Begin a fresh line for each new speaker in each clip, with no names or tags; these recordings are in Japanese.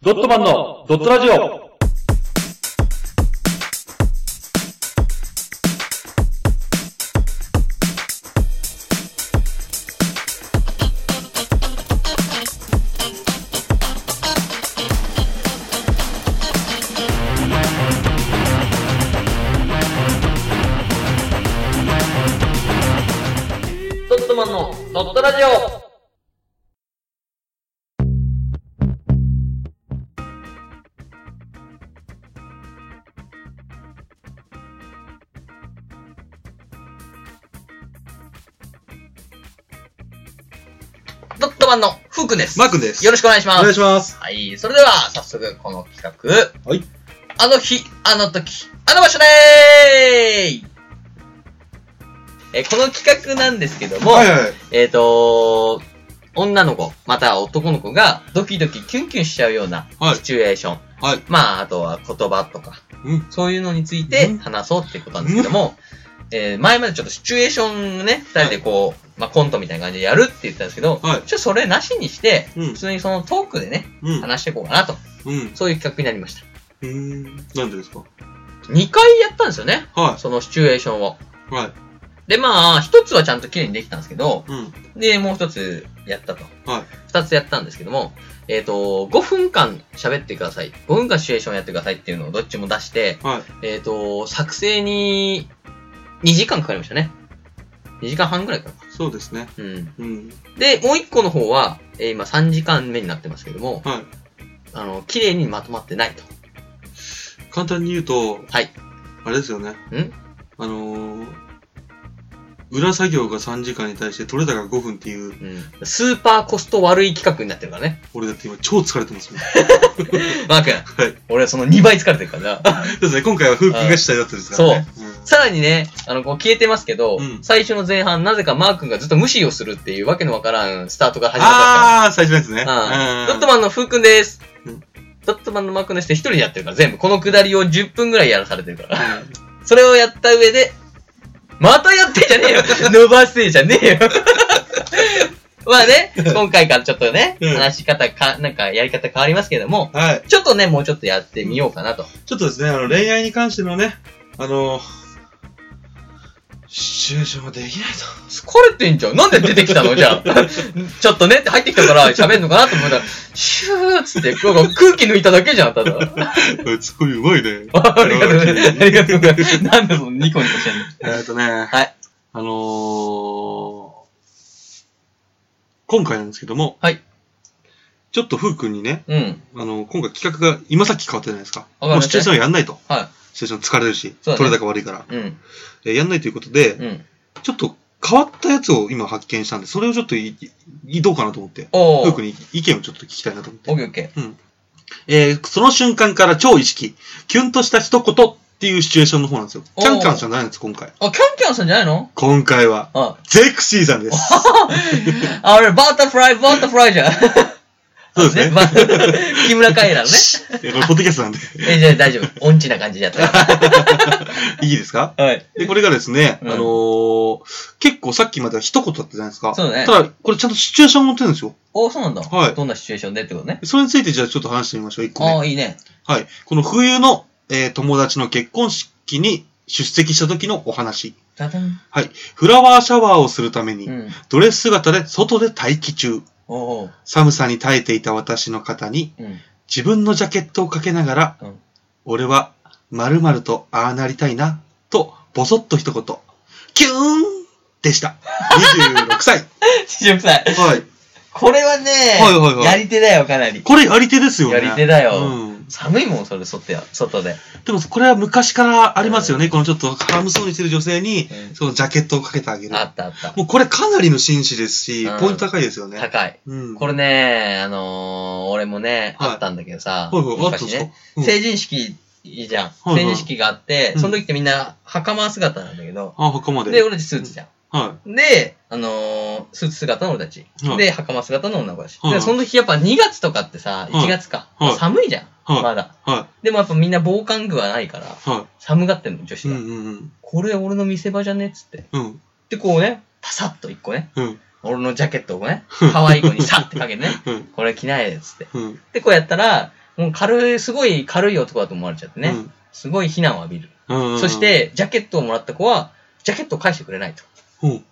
ドットマンのドットラジオ
ドットマンのドットラジオドットマンのふうくんです。
マー君です。
よろしくお願いしま
お願
す。
いします。
はい。それでは、早速、この企画。
はい。
あの日、あの時、あの場所でーえー、この企画なんですけども、
はいはい。
えっ、と女の子、または男の子がドキドキキュンキュンしちゃうような
はい
シチュエーション。
はい。
まあ、あとは言葉とか、
うん
そういうのについて
うん
話そうってことなんですけども、えー前までちょっとシチュエーションをね、二人でこう、まあコントみたいな感じでやるって言ってたんですけど、
は
ちょっ
い
とそれなしにして、
うん
普通にそのトークでね、
うん。
話していこうかなと、
うん。
そういう企画になりました。
うん。なんでですか
2回やったんですよね、
は
そのシチュエーションを。
い。はい。
で、まあ、一つはちゃんと綺麗にできたんですけど、
うん。
で、もう一つやったと。
はい。
二つやったんですけども、えっ、と、5分間喋ってください。5分間シチュエーションやってくださいっていうのをどっちも出して、
はい。
えっ、と、作成に2時間かかりましたね。2時間半ぐらいかな。
そうですね。
うん。
うん。
で、もう1個の方は、えー今3時間目になってますけども、
は
あの、綺麗にまとまってないと。
い。簡単に言うと、
はい。
あれですよね。
ん
あのー、裏作業が3時間に対して取れたが5分っていう、
うん。スーパーコスト悪い企画になってるからね。
俺だって今超疲れて ますもん。
マー君。
はい。
俺はその2倍疲れてるから な。
そうですね。今回は風景が主体だったんですからね。
さらにね、あの、こう消えてますけど、
うん
最初の前半、なぜかマー君がずっと無視をするっていうわけのわからんスタートが始まったから。
ああー、最初のやつね。
うんドット
っ
マンのふうくんです
うん。
ドットマンのマークの人一人でやってるから、全部。このくだりを10分ぐらいやらされてるから。
て。うん
それをやった上で、またやってんじゃねえ よ伸ばせじゃねえよ まあね、今回からちょっとね、
うん
話し方か、なんかやり方変わりますけども、
はい。
ちょっとね、もうちょっとやってみようかなと。
ちょっとですね、あの、恋愛に関してのね、あのー、シチュエーションができないと。
疲れてんじゃん。なんで出てきたのじゃあ。 ちょっとねって入ってきたから喋んのかなと思ったら、シューっつって、なんか空気抜いただけじゃん、ただ。
すごいうまいね。
ありがとうございます。ありがとうございます。なんでそのニコニコしてんの
えっとね、
はい。
あのー、今回なんですけども、
はい。
ちょっとふうくんにね、
うん。
あの、今回企画が今さっき変わったじゃないですか。
わかり
もう
ました
シチュエーションはやんないと。
は
シチュエーション疲れるし、
そうだね
取れ高悪いから。
い。うん。
えやんないということで、
うん。
ちょっと変わったやつを今発見したんで、それをちょっとい、いどうかなと思って、
お
ふう
ー。
くんに意見をちょっと聞きたいなと思って。
オッケーオッケ
えーその瞬間から超意識、キュンとした一言っていうシチュエーションの方なんですよ。
おー
キャンキャンじゃないんです、今回。
ー。あ、キャンキャンさんじゃないの
今回は、
あ、
ゼクシーさ んです。
あ俺、バタフライ、バタフライ じゃん。
そうですね
あバタ 木村カエラのね。
いやこれ、ポッドキャストなんで、
え、じゃあ大丈夫。音痴な感じでやったか。
いいですから
はい。
で、これがですね、
うん
あのー、結構さっきまでは一言だったじゃないですか。
そうね
ただ、これちゃんとシチュエーションを持ってるんですよ。
おー、そうなんだ。
はい
どんなシチュエーションでってことね。
それについてじゃあちょっと話してみましょう、一個
あ
目。
あ、いいね。
はい。この冬の、えー友達の結婚式に出席した時のお話。
ダダン。
はい。フラワーシャワーをするために、
うん。
ドレス姿で外で待機中。
おー。
寒さに耐えていた私の方に、
うん。
自分のジャケットをかけながら、
うん
俺は〇〇とああなりたいな、とボソッと一言、キューンでした。26歳。
シチュエーション臭い。
はい。
これはね、
はいはいはい
やり手だよ、かなり。
これやり手ですよね。
やり手だよ
うん。
寒いもん、それ、外や、外で。
でもこれは昔からありますよね。このちょっと寒そうにしてる女性に、
うん
そのジャケットをかけてあげる。
あったあった。
もうこれかなりの紳士ですし、
うん
ポイント高いですよね。
高い。
うん。
これね、あのー、俺もね、
はい
あったんだけどさ、
はいはい、あったん
昔
ですか
ね、、
うん
成人式いいじゃん、
はい
成人式があって、
うん
その時ってみんな袴姿なんだけど、
あ、他まで。
で、俺たちスーツじゃん。
は
で、あのー、スーツ姿の俺たち。
はい
で、袴姿の女の子だし。
はい
で、その時やっぱ2月とかってさ、
い
1月か。
はい
寒いじゃん、
い。はい。
まだ。
は
でもやっぱみんな防寒具はないから、
い。は
寒がってんの、女
い。
子
う
が。
んうんうん。
これ俺の見せ場じゃねっつって。
うん。
で、こうね、パサッと1個ね、
うん。
俺 のジャケットをね、可愛い子にさってかけてね、
うん。
これ着ないでっつって。
うん。
で、こうやったら、もう軽い、すごい軽い男だと思われちゃってね。
うん
すごい非難を浴びる。
うん
そし、て、ジャケットをもらった子は、ジャケットを返してくれないと。
うん。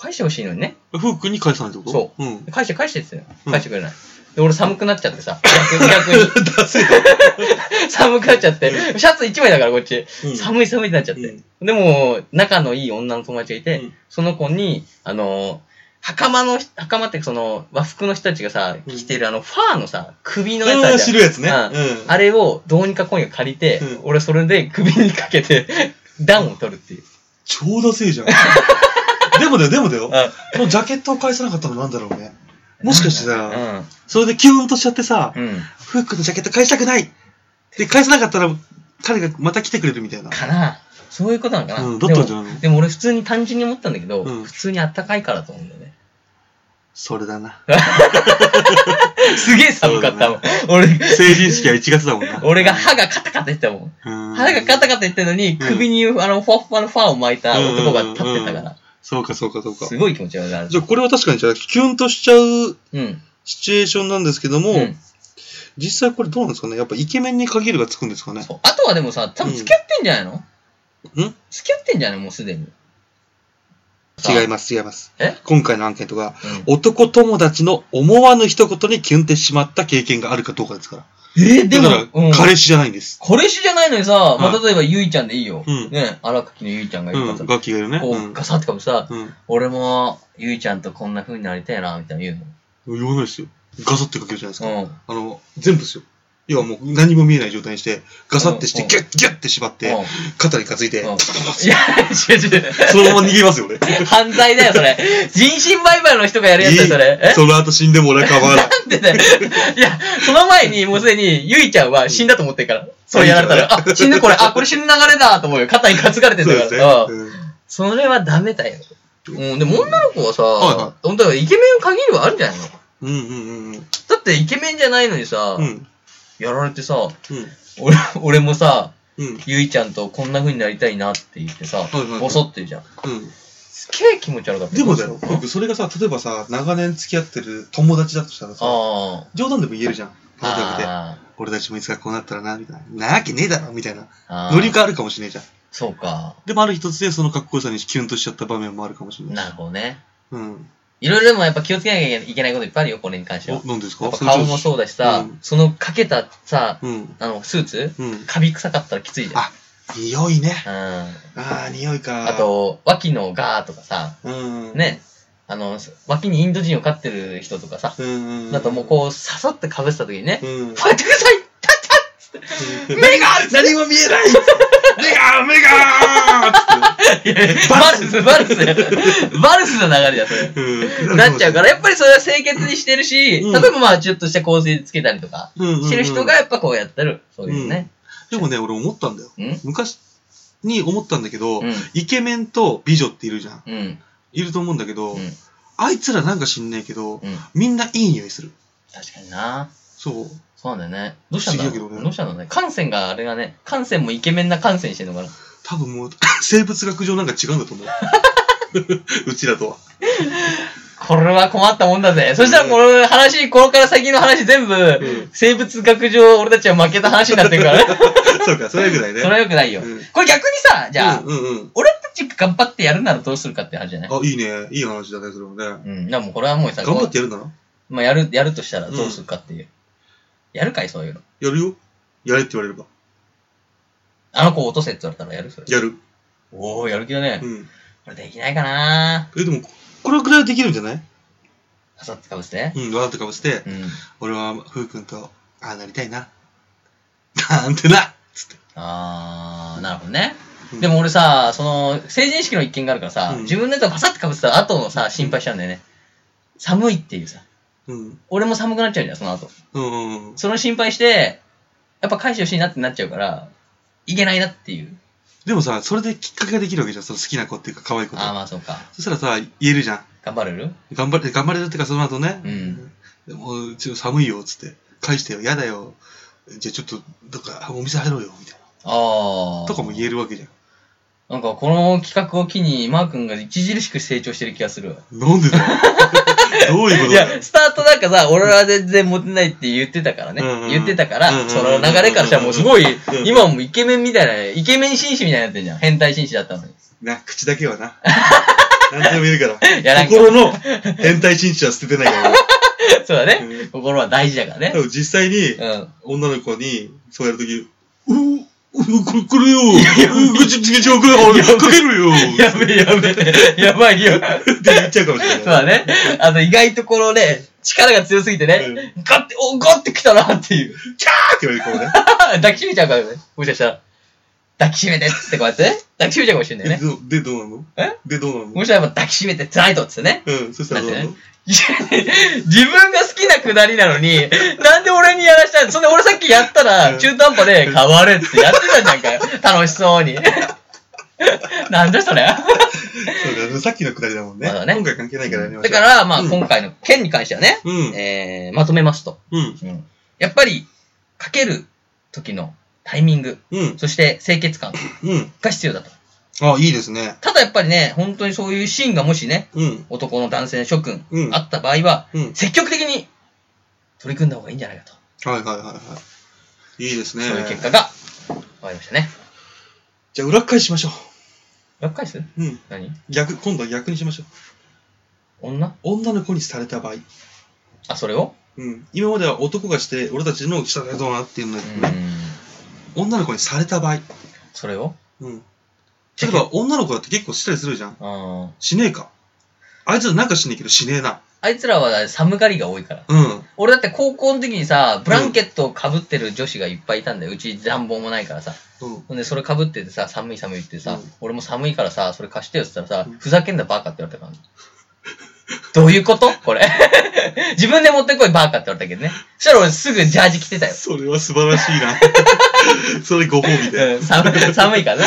返してほしいのにね。
フックに返さないってこと。
そう
うん。
返して返してって言ってた
う
の
ん
返してくれない。で、俺寒くなっちゃってさ、逆に逆
出せ
に 寒くなっちゃって、シャツ1枚だからこっち、
うん
寒い寒いってなっちゃって。でも、仲のいい女の友達がいて、
うん
その子に、あのー、袴の、袴ってその和服の人たちがさ、
うん
着てるあのファーのさ、首のやつある
うん、
じゃん
知るやつね。
う
うんん。
あれをどうにか今夜借りて、
うん
俺それで首にかけて、暖を取るっていう。
超ダセえ じゃん。でもだよ、でもだよ。このジャケットを返さなかったのなんだろうね。もしかして
う
さ、
ん。
それでキューンとしちゃってさ、
うん。
フックのジャケット返したくないで、返さなかったら、彼がまた来てくれるみたいな。
かなそういうことなのかな、
うん、だったんじゃないの
でもでも俺普通に単純に思ったんだけど、
うん
普通にあったかいからだと思うんだよね。
それだな。
すげえ寒かったもん。
成人式は1月だもんな。
俺、俺が歯がカタカタ言ってたもん。
うん
歯がカタカタ言ってるのに、首にあの、ふわふわのファーを巻いた男が立ってたか
うんうんうん
ら、
そうか、そうか、そうか。
すごい気持ち悪いあれ
じ。ゃあ、これは確かに、じゃあ、キュンとしちゃう
うん。
シチュエーションなんですけども、
うん
実際これどうなんですかねやっぱイケメンに限るがつくんですかね
そうあとはでもさ、多分付き合ってんじゃないの、
うん
付き合ってんじゃないもうすでに。
違
ま
います、違います。
え
今回のアンケートが、
す。うん
男友達の思わぬ一言にキュンってしまった経験があるかどうかですから。
えーでも
だか、
う
ら、
ん
彼氏じゃないんです。
彼氏じゃないのにさ、まあ、
はい
例えばゆいちゃんでいいよ。
うん
ね、荒垣のゆいちゃんがいうるか
ん
ら、さ、
ガキがいるね。
こ
う
うんガサってかぶさ、
うん。
俺もゆいちゃんとこんな風になりたいな、みたいな言う
言わないですよ。ガサってかけるじゃないですか。
の。うん。
あの、全部ですよ。要はもう何も見えない状態にして、ガサってして、
うん
ギュッギュッって縛って、
うん
肩に担いで、
うん
パタパタパ
いや、違う違う。
タそのまま逃げますよね。
犯罪だよ、それ。人身売買の人がやるやつだよ、それ。え
その後死んでも俺は構わない。
なんでだよ。いや、その前に、もうすでに、ゆいちゃんは死んだと思ってるから。それやられたら、あ、死ぬこれ、あ、これ死ぬ流れだと思うよ。肩に担がれてん
そう
だか
ですね。
ら。うん
うん
それはダメだよ。うん、でも女の子はさ、
はいはい
本当はイケメン限りはあるんじゃないの
うんうんうんうん。
だってイケメンじゃないのにさ、
うん。
やられてさ、
うん。
俺、俺もさ、
うん。
ゆいちゃんとこんな風になりたいなって言ってさ
いはいは、い
ボソって言うじゃん。
う
すげえ気持ち悪かった。
ん。でもだよ、僕、それがさ、例えばさ、長年付き合ってる友達だとしたらさ、
あ
冗談でも言えるじゃん。パッと開けて
あ
俺たちもいつかこうなったらな、みたいな。なわけねえだろ、みたいな。
あー
ノリがあるかもしれないじゃん。
そうか。
でもある日突然その格好さにキュンとしちゃった場面もあるかもしれない
な
し。
るほどね。
うん。
いろいろでもやっぱ気をつけなきゃいけないこといっぱいあるよ、これに関しては
お、。なんですか
やっぱ顔も
そ
そうだしさ、
うん
そのかけたさ、
う。うん。
あの、スーツ、
うん。
カビ臭かったらきついじゃん。
あ匂いね。
うん。
ああ、匂いか。
あ、と、脇のガーとかさ、
うん。。
ね、あの、脇にインド人を飼ってる人とかさ、
うん。
だともうこう、ささって被せた時にね、
う
こ
ん。うん。
うやってくださいタッタッ目がある
何も見 えない目が目が
バルス、バルス、バルスの流れだ、それ。
うん
なっちゃうから、やっぱりそれは清潔にしてるし、
うん
例えばまあ、ちょっとした香水つけたりとか、
うんうんうん
してる人がやっぱこうやってる。そういうね。
でもね、俺思ったんだよ。
うん
昔に思ったんだけど、
うん。
イケメンと美女っているじゃん。
うん。
いると思うんだけど、
うん。
あいつらなんか知んないけど、
うん。
みんないい匂いする。
確かにな
そう。
そうなんだよね。どうしたんだ
不
ろ
思議だけ
う
どね
どうしたんだろうね。感染があれがね、感染もイケメンな感染してんのかな。
多分もう、 生物学上なんか違うんだと思う。 うちらとは。
これは困ったもんだぜ。そしたらこの話、ここから先の話全部、
ん
生物学上俺たちは負けた話になってるから ね。
そうか、それぐらい
そ
ね。
れは良くないよ。
うん
これ逆にさ、じゃあ、
うんうんうん。
俺たちが頑張ってやるならどうするかって話じゃない
あ、いいね。いい話だね、それもね。
うん。でもうこれはもうさ、
頑張っ
こ
てやるなら
うまあ、やる、やるとしたらどうするかっていう。やるかい、そういうの。
やるよ。やれって言われれば。
あの子落とせって言われたらやるそれ。
やる。
おおやる気だね。
うん。
これできないかな
え、でも、これぐらいはできるんじゃない
あさってかぶせて。
うん、わざとかぶせて、
うん。
俺は、ふうくんと、ああなりたいな。なんてなつって。
あー、なるほどね。
うん
でも俺さ、その、成人式の一件があるからさ、
うん
自分のやつをパサッとかぶせた後のさ、心配しちゃうんだよね。寒いっていうさ。
うん。
俺も寒くなっちゃうじゃん、その後。
うんうんうん。
その心配して、やっぱ返してほしいなってなっちゃうから、いけないなっていう。
でもさ、それできっかけができるわけじゃん。その好きな子っていうか、可愛い子と
あー、。まあそうか。
そしたらさ、言えるじゃん。
頑張れる
頑張れ、頑張れるってか、その後ね
う。ん。
でもう、ちょっと寒いよ、つって。返してよ、やだよ。じゃあちょっと、どっか、お店入ろうよ、みたい
あ
な。
ー。
とかも言えるわけじゃん。
なんかこの企画を機に、マー君が著しく成長してる気がするわ。
なんでだ よどういうこと
い
だよ
や、スタートなんかさ、俺は全然モテないって言ってたからね。
うんうん
言ってたか
うんうん
ら、その流れからしたらもうすごい
ん、
今もうイケメンみたいな、イケメン紳士みたいになってんじゃん。変態紳士だったの に。
な、口だけはな。何でも言うか
いや、な
ら。
んか、
心の変態紳士は捨ててない から
そうだ
う
ね。心は大事だから
俺。多
ね。
分実際に
う、ん。
女の子に、そうやるとき、うう、う、これ、これよ、う、ぐちぐちぐち、これ、かけるよ、っ
やべえやべえ。やばいよ。
て言っちゃうかもしれ
そう
な
だ
い。
ね。あの、意外とこのね、力が強すぎてね、ガッて、お、ガッて来たなっていう。
キャーって言われるかもね。
抱きしめちゃうからね。もしかしたら。抱きしめてっつってこうやってね。抱きしめちゃうかもしれない
で
ね。
どで、どうなの
え
で、どうな
も
の
しかしたら抱きしめて辛いとっつってね。
うん、そしたらどうな
だっ
の
いや自分が好きなくだりなのに、なんで俺にやらしたいのそんで俺さっきやった
うん
ら、中途半端で変われってやってたじゃんかよ。楽しそうに。 なんだそれ。
そうか、さっきのくだりだもんね。
まだね
今回関係ないからやりまし
だ
ょう。
から、まあ、
うん
今回の件に関してはね、
うん
えー、まとめますと。
うん、
やっぱり、かける時のタイミング、
うん、
そして清潔感
うん。
が必要だと。
あ、いいですね。
ただやっぱりね、本当にそういうシーンがもしね、
うん、
男の男性の諸君、
うん
あった場合は、
うん。
積極的に取り組んだ方がいいんじゃないかと。
はいはいはいはい。いいですね。
そういう結果が、わかりましたね。
じゃあ、裏返しましょ
裏返す
う。うん。
何
逆、今度は逆にしましょう。
女
女の子にされた場合。
あ、それを
うん。今までは男がして、俺たちの下でどうなっていうの
う
に、
ーん。
女の子にされた場合。
それを
うん。例えば、女の子だって結構したりするじゃん。
うん。
しねえか。あいつらなんかしねえけど、しねえな。
あいつらは寒がりが多いから。
うん。
俺だって高校の時にさ、ブランケットをかぶってる女子がいっぱいいたんだよ。うち暖房もないからさ。
うん。
ほんで、それかぶっててさ、寒い寒いってさ、
うん
俺も寒いからさ、それ貸してよって言ったらさ、
うん
ふざけんなバカって言われたから。どういうことこれ。 自分で持ってこいバカって言われたけどね。そしたら俺すぐジャージ着てたよ。
それは素晴らしいな。 それご褒美で。
うん寒い寒いから な。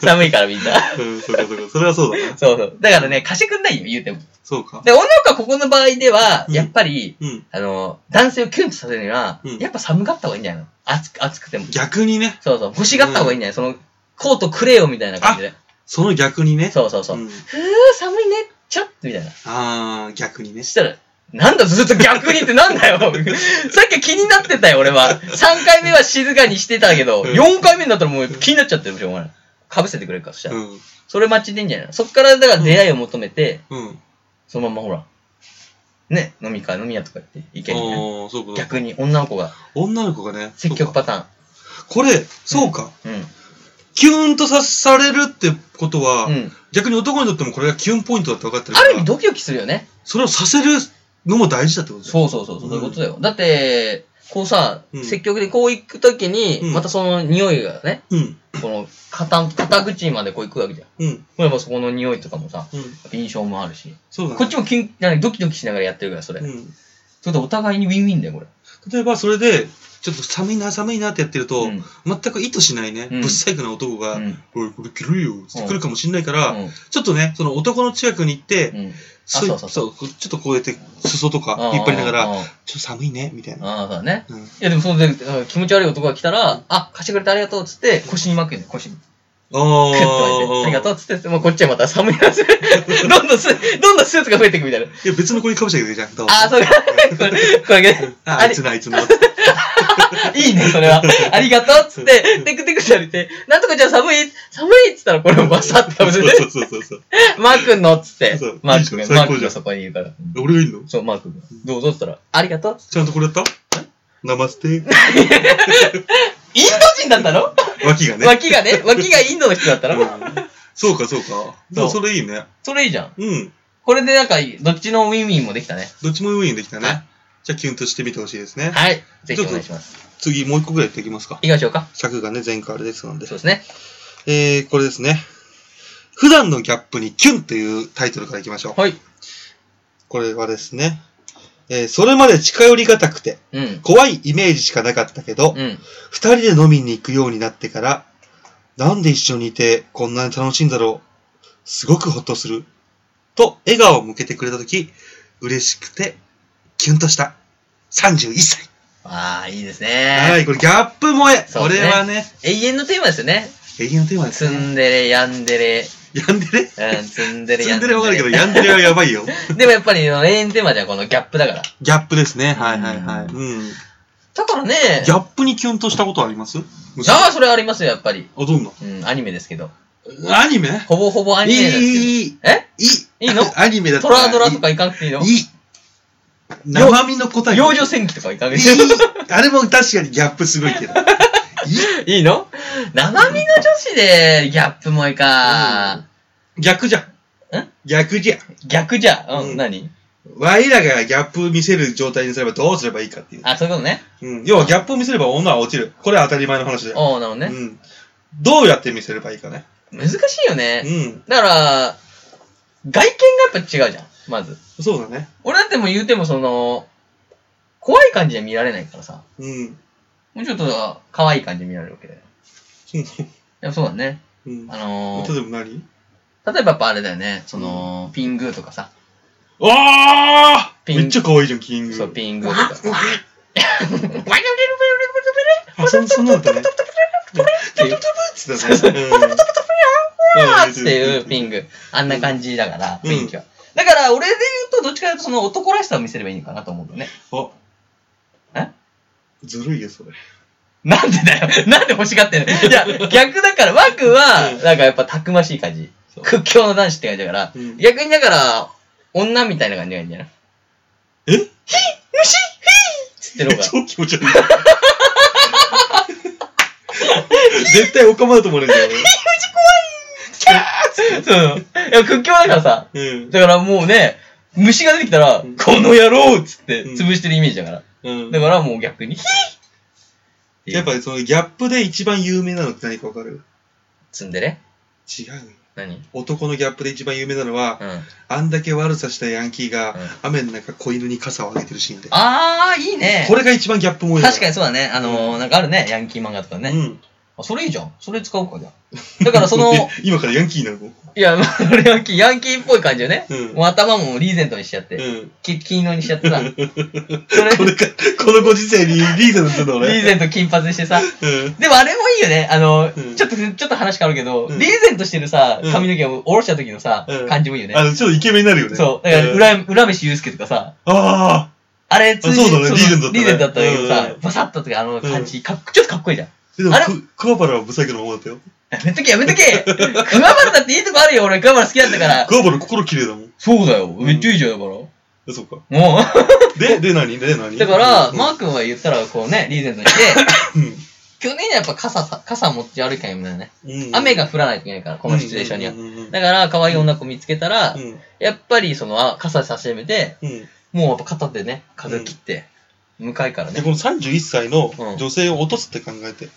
寒いからみんな。
うん、そうかそうか。それはそうだな。
そうそう。だからね、貸してくんないよ、言うても。
そうか。
で、女の子はここの場合では、
うん
やっぱり、
うん。
あの、男性をキュンとさせるには、
うん
やっぱ寒かった方がいいんじゃないの暑く、暑くても。
逆にね。
そうそう。欲しがった方がいいんじゃない、その、コートくれよみたいな感じで。
その逆にね。
そうそうそう。
う
ふ
ん
ー、寒いね、ちょっみたいな。
あー、逆にね
そ。したら、なんだ、ずっと逆にってなんだ よ。さっき気になってたよ、俺は。3回目は静かにしてたけど、
うん
4回目になったらもう気になっちゃってるしょ、お前。かぶせてくれるから、そしたら。
うん。
それ待ちでいいんじゃないのそっから、だから出会いを求めて、
うん。
そのまんまほら、ね、飲み会、飲み屋とか行って、行けるみたいな。
おー、そうかそうか。
逆に女の子が
女の子がね。
積極
そうか
パタ
これ、そうか。
ーン。
キュンとさされるってことは、
うん。うん。
逆に男にとってもこれがキュンポイントだって分かってるか
あ
ら。
る意味ドキドキするよね。
それをさせるのも大事だってことだよ。
そうそうそう、そういうことだよ。だって、こうさ
う、ん
積極的にこう行くときに、
うん
またその匂いがね、
うん。
この肩、肩口までこう行くわけじゃん。
うん。
やっぱそこの匂いとかもさ、や
うん。
っぱ印象もあるし。
そうだね。
こっちもキン、なんかドキドキしながらやってるから、それ。
うん。
それとお互いにウィンウィンだよ、これ。
例えばそれで、ちょっと寒いな、寒いなってやってると、
うん。うん
全く意図しないね、
うん
ぶっさいくな男が、
うん
おい、これ着るよ、って来るかもしれないから、
うん
ちょっとね、その男の近くに行って、
うん。
そう
そうそうそう
ちょっとこうやって、裾とか引っ張りなが
あ
ら、
ー
ちょっと寒いね、みたいな。
あー、そうだね。
う
い
ん。
や、でもそうで、うん気持ち悪い男が来たら、あ、貸してくれてありがとうっつって、腰に巻くよね、腰に。
あ
クッと巻い て、ありがとうっつって、もうこっちはまた寒いな、 どんどんス、どんどんスーツが増えていくみたいな。
いや、別の子にかぶせてくれじゃん。どうぞ
ああ、そうか。 これ、これね
あ
あ
あい
り
つ、な、あ いつな。
いいね、それは。ありがとうっつって、テクテクって歩いて、なんとかじゃあ寒い、寒いっつったら、これをバサッてかぶせて、
そうそうそうそう。
マー君のっつって
そう、
マー君が、
いいじゃん
マー
最高
君
じゃ
が
ん
そこにいるから。
俺がいいの
そう、マー君が。どうぞっつったら、ありがとうっつって
ちゃんとこれやったナマステ。
インド人だったの
脇がね。
脇がね、脇がインドの人だったの
うんそうか、そうか。でもそれいいね。
それいいじゃん。
うん。
これでなんか、どっちのウィンウィンもできたね。
どっちもウィンできた
はい
ね。じゃあ、キュンとしてみてほしいですね。
はい。ぜひお願いします。
次、もう一個ぐらいやっていきますか。
いきましょうか。
尺がね、前回あれですので
そう。ですね。
えー、これですね。普段のギャップにキュンというタイトルからいきましょう。
はい。
これはですね。えー、それまで近寄りがたくて、
うん。
怖いイメージしかなかったけど
う、ん。
二、人で飲みに行くようになってから、なんで一緒にいてこんなに楽しいんだろう。すごくほっとする。と、笑顔を向けてくれたとき、嬉しくて、キュンとした。31歳。
ああ、いいですね。
はい、これギャップ萌え。
そ
こ
うで
れ
すね
はね、
永遠のテーマですよね。
永遠のテーマです
ツ
ね。
ンデレ、ヤンデレ、
ヤンデレ
うん、ツンデレ、
ツ
ヤン
ン
デレ。
デレはわかるけど、ヤンデレはやばいよ。
でもやっぱり、永遠テーマじゃこのギャップだから。
ギャップですね。はいはいはい。
う
うん。ギ
だからね、
ャップにキュンとしたことありますあ
ああ、それありますよ、やっぱり。
あ、どんな
うん、アニメですけど。
アニメ
ほぼほぼア
い
ニ
い、
メなんです
いい、いい。
けど。えい
い
いの
アニメだった
ト
ら
ラドラとか行かなくていいの
いい。生身の答え。
幼女戦記とか行かなく
いい
ていいの
あれも確かにギャップすごいけど。いい
いいの生身の女子でギャップ萌えか。
逆じゃん。
ん
逆じゃん。
逆じゃ。う、
うんん
何
ワイらがギャップ見せる状態にすればどうすればいいかっていう。
あ、そういうことね。
うん、要はギャップを見せれば女は落ちる。これは当たり前の話だよ。
おうなの
う
ね。
ん。どうやって見せればいいかね。
難しいよね
う。ん。
だから、外見がやっぱ違うじゃん、まず。
そうだね。
俺だってもう言うてもその、怖い感じで見られないからさ。
うん。
もうちょっと可愛い感じで見られるわけだよ。でもそうだね。
うん。
あの
例
ー、
えば何
例えばやっぱあれだよね、その、ピングーとかさ。
あー
ピン
めっちゃ可愛いじゃん、キング。
そう、ピングーとか。
うわ
ワイルドレル
あ、そんそんなのだね。
ベルベルベルベルベルベル
つってたね。うん
ベルっていうピング。あんな感じだから、
うん
雰囲気は。だから、俺で言うと、どっちかというと、その男らしさを見せればいいのかなと思うよね。
あ。
え
ずるいよ、それ。
なんでだよ。なんで欲しがってんのいや、逆だから、ワクは、なんかやっぱたくましい感じ。
そう
屈強の男子って感じだから、
うん
逆にだから、女みたいな感じがいいんじゃない
え
虫ひーっ つってる方が。
超気持ち悪い。絶対オカマだと思われるんだよ
そう。いや、屈強だからさ。
俺。うん。
だからもうね、虫が出てきたら、
うん
この野郎っつって
うん
潰してるイメージだから。
うん
だからもう逆に、ヒーっていう
やっぱそのギャップで一番有名なのって何かわかる
ツンデレ
違うよ。
何うん。
男のギャップで一番有名なのは、
あ
あんだけ悪さしたヤンキーが、
うん
雨の中子犬に傘をあげてるシーンで。
あー、いいね。
これが一番ギャップ萌えだ
確かにそうだね。あのー、なんかあるね。ヤンキー漫画とかね。
うん。
あ、それいいじゃん。それ使おうか、じゃあ。だから その、
え今からヤンキーになるの
いや、まあ俺ヤンキー、ヤンキーっぽい感じよね。
うん
もう頭もリーゼントにしちゃって。
うん。
き金色にしちゃ ってさ。それ、
これか、このご時世にリーゼントするの
リ
俺。
ーゼント金髪にしてさ。
うん。
でもあれもいいよね。あの、
うん
ちょっと、ちょっと話変わるけど、
うん
リーゼントしてるさ
う、ん
髪の毛を下ろした時のさ、
うん
感じもいいよね。
あの、ちょっとイケメンになるよね。
そう。だから、
ん
裏、裏飯祐介とかさ、
ああ
あれ、通じ
そうだね
の
リーゼントだったね
リーゼントだったんだけど
うん
さ
う、ん
バサッととか、あの感じ、かっちょっとかっこいいじゃん。
えでも
あれ
ク、クワバラはブサイクなままだったよ。
やめとけ、やめとけクワバラだっていいとこあるよ、俺、クワバラ好きだったから。
クワバラ心綺麗だもん。
そうだよ、めっちゃいいじゃん、だから。も
えそっか。
う、
で、で何で 何
だから、
うん
マー君は言ったら、こうね、リーゼントにして、
うん
去年はやっぱ傘さ、傘持ち歩いかんよね。
うん
雨が降らないといけないから、このシチュエーションには
う。んうん
だから、可愛い女の子見つけたら
う、ん
やっぱり、その、あ傘差し始めて、
うんうん
もうやっぱ肩でね、風切って、向かいから
で
ね
こ。の31歳の女性を落とすって考えて、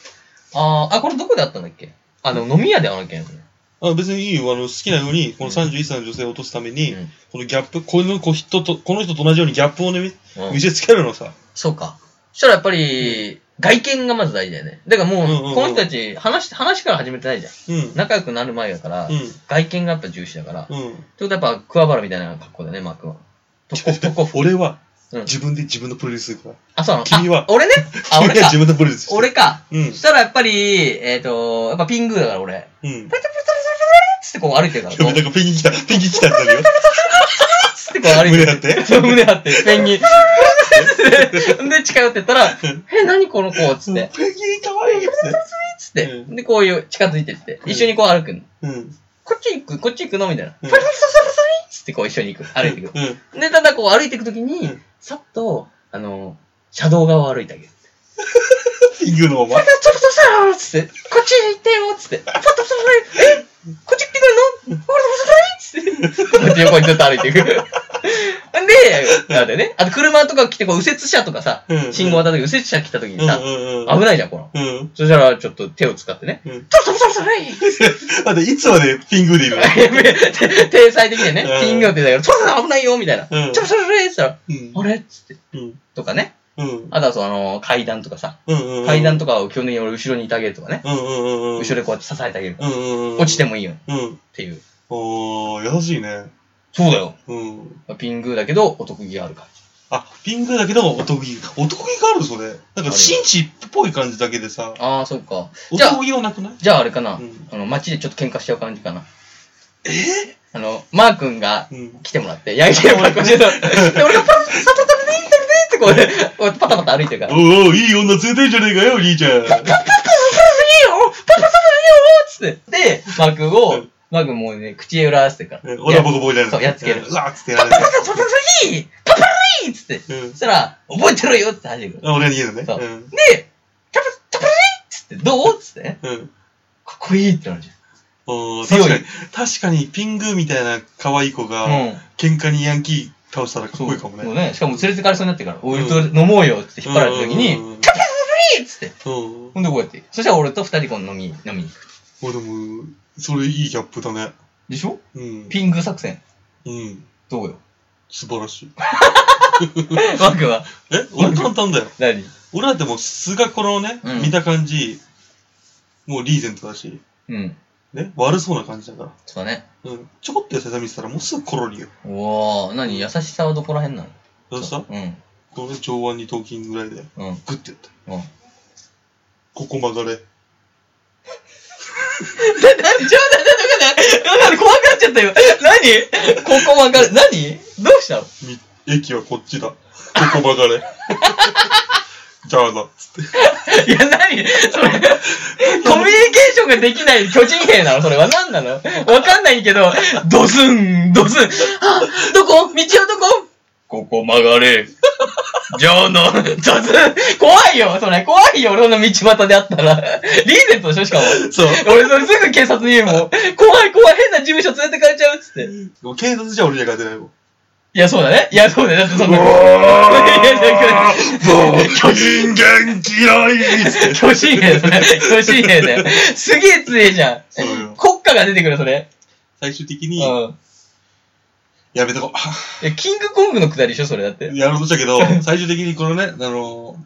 あー、あ、これどこであったんだっけあ、でも飲み屋で会わなきゃいけないのね。
あ別にいいよあの好きなようにこの31歳の女性を落とすために、
うん
このギャップこの子人とこの人と同じようにギャップをね
うん
見せつけるのさ、
そうか。そしたらやっぱり、外見がまず大事だよね。だからもう、
うんうんうん
この人たち、話、話から始めてないじゃん。
うん、うん
仲良くなる前だから、外見がやっぱ重視だから。って
うん
ことはやっぱ、桑原みたいな格好だね、マー君は。トコフ、トコフ。
俺は
うん
自分で自分のプロデュースするから
あ、そうなの
君は
あ俺ねあ、俺
君は
か
自。分のプロデュースして
俺か。
うん
そしたらやっぱり、えっ、と、やっぱピングーだから俺。ペ
うん
タペタペタペタペタつってこう歩いてるから。
や
こ
べ
う
なんかペンギン来たペンギン来たってなるよ
つってこう歩いてる。
胸張って
そう胸張って、ペンギン。 で、近寄ってったら、え、何この子つって。
ペンギンかわいいっつって
つって。で、こういう、近づいてって。一緒にこう歩くの。
うん
こっち行く、こっち行くのみたいな。
う
パ
ん
リパリパリパリつってこう一緒に行く。歩いていく。
うん
で、ただこう歩いていくときに
うん、
さっと、あの、車道側を歩いてあげる。
ピンギンのま
パタ
ま
ッととさよつって、こっち行ってよつって、パタッとさえこっち来てくれんの俺のさいつって、こっち横にずっと歩いていく。で、なんだよね。あと車とか来て、こう右折車とかさ
う、ん
信号渡った時、右折車来た時にさ
う、んうんうん
危ないじゃん、この。
うん
そしたら、ちょっと手を使ってね。
うん
トロトロトロトロい
待っていつまでピングでいるの
天才的でね
う、ん
ピングって言うんだけど、トロトロ危ないよみたいな。
うん
ちょ、それそれっつったら、
うん
あれっつって。
うん
とかね。
うん
あとはその、階段とかさ。
うんうん
階段とかを基本的に俺後ろにいてあげるとかね。
うんうんうんうん
後ろでこうやって支えてあげる。
うんうんうん
落ちてもいいよ。っ
うん
ていう。
おー優しいね
そうだよ。
うん
ピングーだけど、お得意がある感じ。
あ、ピンクだけど男気。男気があるそれ。なんか、紳士っぽい感じだけでさ、
ああ、そうか。じゃあ
男気はなくない
じゃああれかな。
うん
あの、街でちょっと喧嘩しちゃう感じかな。
え
あの、マー君が
ーうん。
来てもらって、焼いてもらって、で、俺がパッ、パタパタパタパタってこう、パタパタ歩いてるから。いいよ
おうおう、いい女連れてんじゃねえかよ、お兄ちゃん。
パタパタいいよつって。で、マー君
う
を
ん、
マー君もうね、口裏合わせてるから。
俺はボコボコじゃない
そうやっつける
うわっつってや
パ
ら
タ
れ
パ
て
タパタパタいいパタパタいいつって。
うん
そしたら、覚えてろよって走るから。
あ俺の家だね。
そう
うん
で、タパタパタいいつって、どうつってね。
うん。
かっこいいってなるじ
おー
強い
確かに、確かにピングみたいな可愛い子
ゃ
が、
ん。うん。
喧嘩にヤンキー倒したらかっ
そう
こいいかもね。
そうね。しかも連れてかれそうになってから、おい、
うん
飲もうよって引っ張られた時に、
うんうんうんうん
カプリーっつって。
うん。
ほんでこうやって。そしたら俺と二人この飲み、飲みに行く。
まあでも、それいいギャップだね。
でしょ
うん。
ピング作戦。
うん。
どうよ。
素晴らしい。
マークは、
え俺簡単だよ。
何
俺だってもう素がこのね、
うん
見た感じ、もうリーゼントだし、
うん。
ね、悪そうな感じだか
そうだね。
ら。うん。ちょこっと痩せた見せたらもうすぐコロリよ。
おー、何優しさはどこら辺なの
どうした
うん。
この上腕二頭筋ぐらいで、
うん。
グッてやった。
うん。
ここ曲がれ。
な、な、冗談だとかだ。なんか怖くなっちゃったよ。何ここ曲がる。何どうしたの
み駅はこっちだ。ここ曲がれ。じゃあな。つって。
いや、何それ、コミュニケーションができない巨人兵なのそれは何なのわかんないけど、ドスン、ドスン。あ、どこ道はどこここ曲がれ。じゃあな、ドスン。怖いよ、それ。怖いよ、俺の道端であったら。リーゼントでしょ、しかも。
そう。
俺、それすぐ警察に言うもん。怖い、怖い、変な事務所連れてかれちゃうっつって。
でも警察じゃ俺には勝てないもん。
いや、そうだね。いや、そうだね。だってそんな。
もう巨人元気ないっ つって。
巨神兵だね。巨神兵だよ。すげえ強えじゃん
そうよ。
国家が出てくる、それ。
最終的
う
に、
ん。
やめとこ
え、キングコングのくだりでしょ、それだって
う。。やろうとしたけど、最終的にこのね、あの、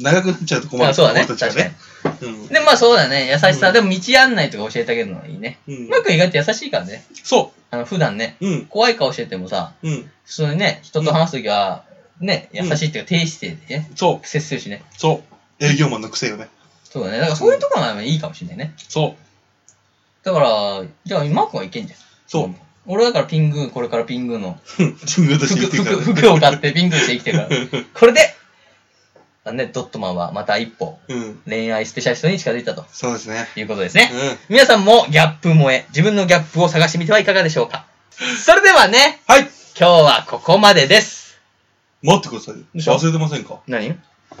長くなっちゃうと困る。
あ、そうだね。
俺
確
た
か
ち
に
が。うん。
で、まあそうだね。優し
う
さ。
ん
でも道案内とか教えてあげるのはいいね。
うん
マー君意外と優しいからね。
そ
あの、普段ね。
う。うん。
怖い顔しててもさ、
うん。
普通にね、人と話すときは、ね、優しいっていうか、低姿勢でね、
そう。
接するしね。
そう。営業マンの癖よね。
そうだね。だからそういうところがいいかもしれないね。
そう。
だから、じゃあ、マー君はいけんじゃん。
そう。
俺だからピングー、これからピングーの
自分が私
服
言ってるから
服
ね。
服を買ってピンクにして生きてる から。これで、あのね、ドットマンはまた一歩、
うん。
恋愛スペシャリストに近づいたと
そうですね。
いうことです
う
ね。
ん。
皆さんもギャップ萌え、自分のギャップを探してみてはいかがでしょうか。それではね、
はい。
今日はここまでです。
待ってください。
でしょ
忘れてませんか
何
う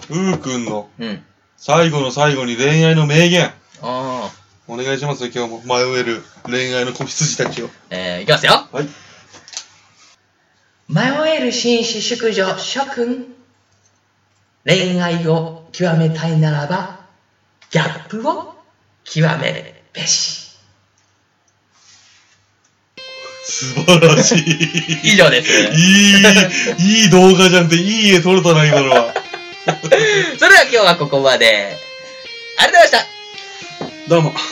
ーくんの
うん。
最後の最後に恋愛の名言。
あ
お願いしますよ、今日も。迷える恋愛の子羊たちを。
ー。えー、いきますよ。
はい。
迷える紳士淑女諸君恋愛を極めたいならばギャップを極めるべし
素晴らし い。
以上です。
いい、いい動画じゃんって、いい絵撮れたな、今のは。
それでは今日はここまで。ありがとうございました。
どうも。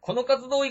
この活動以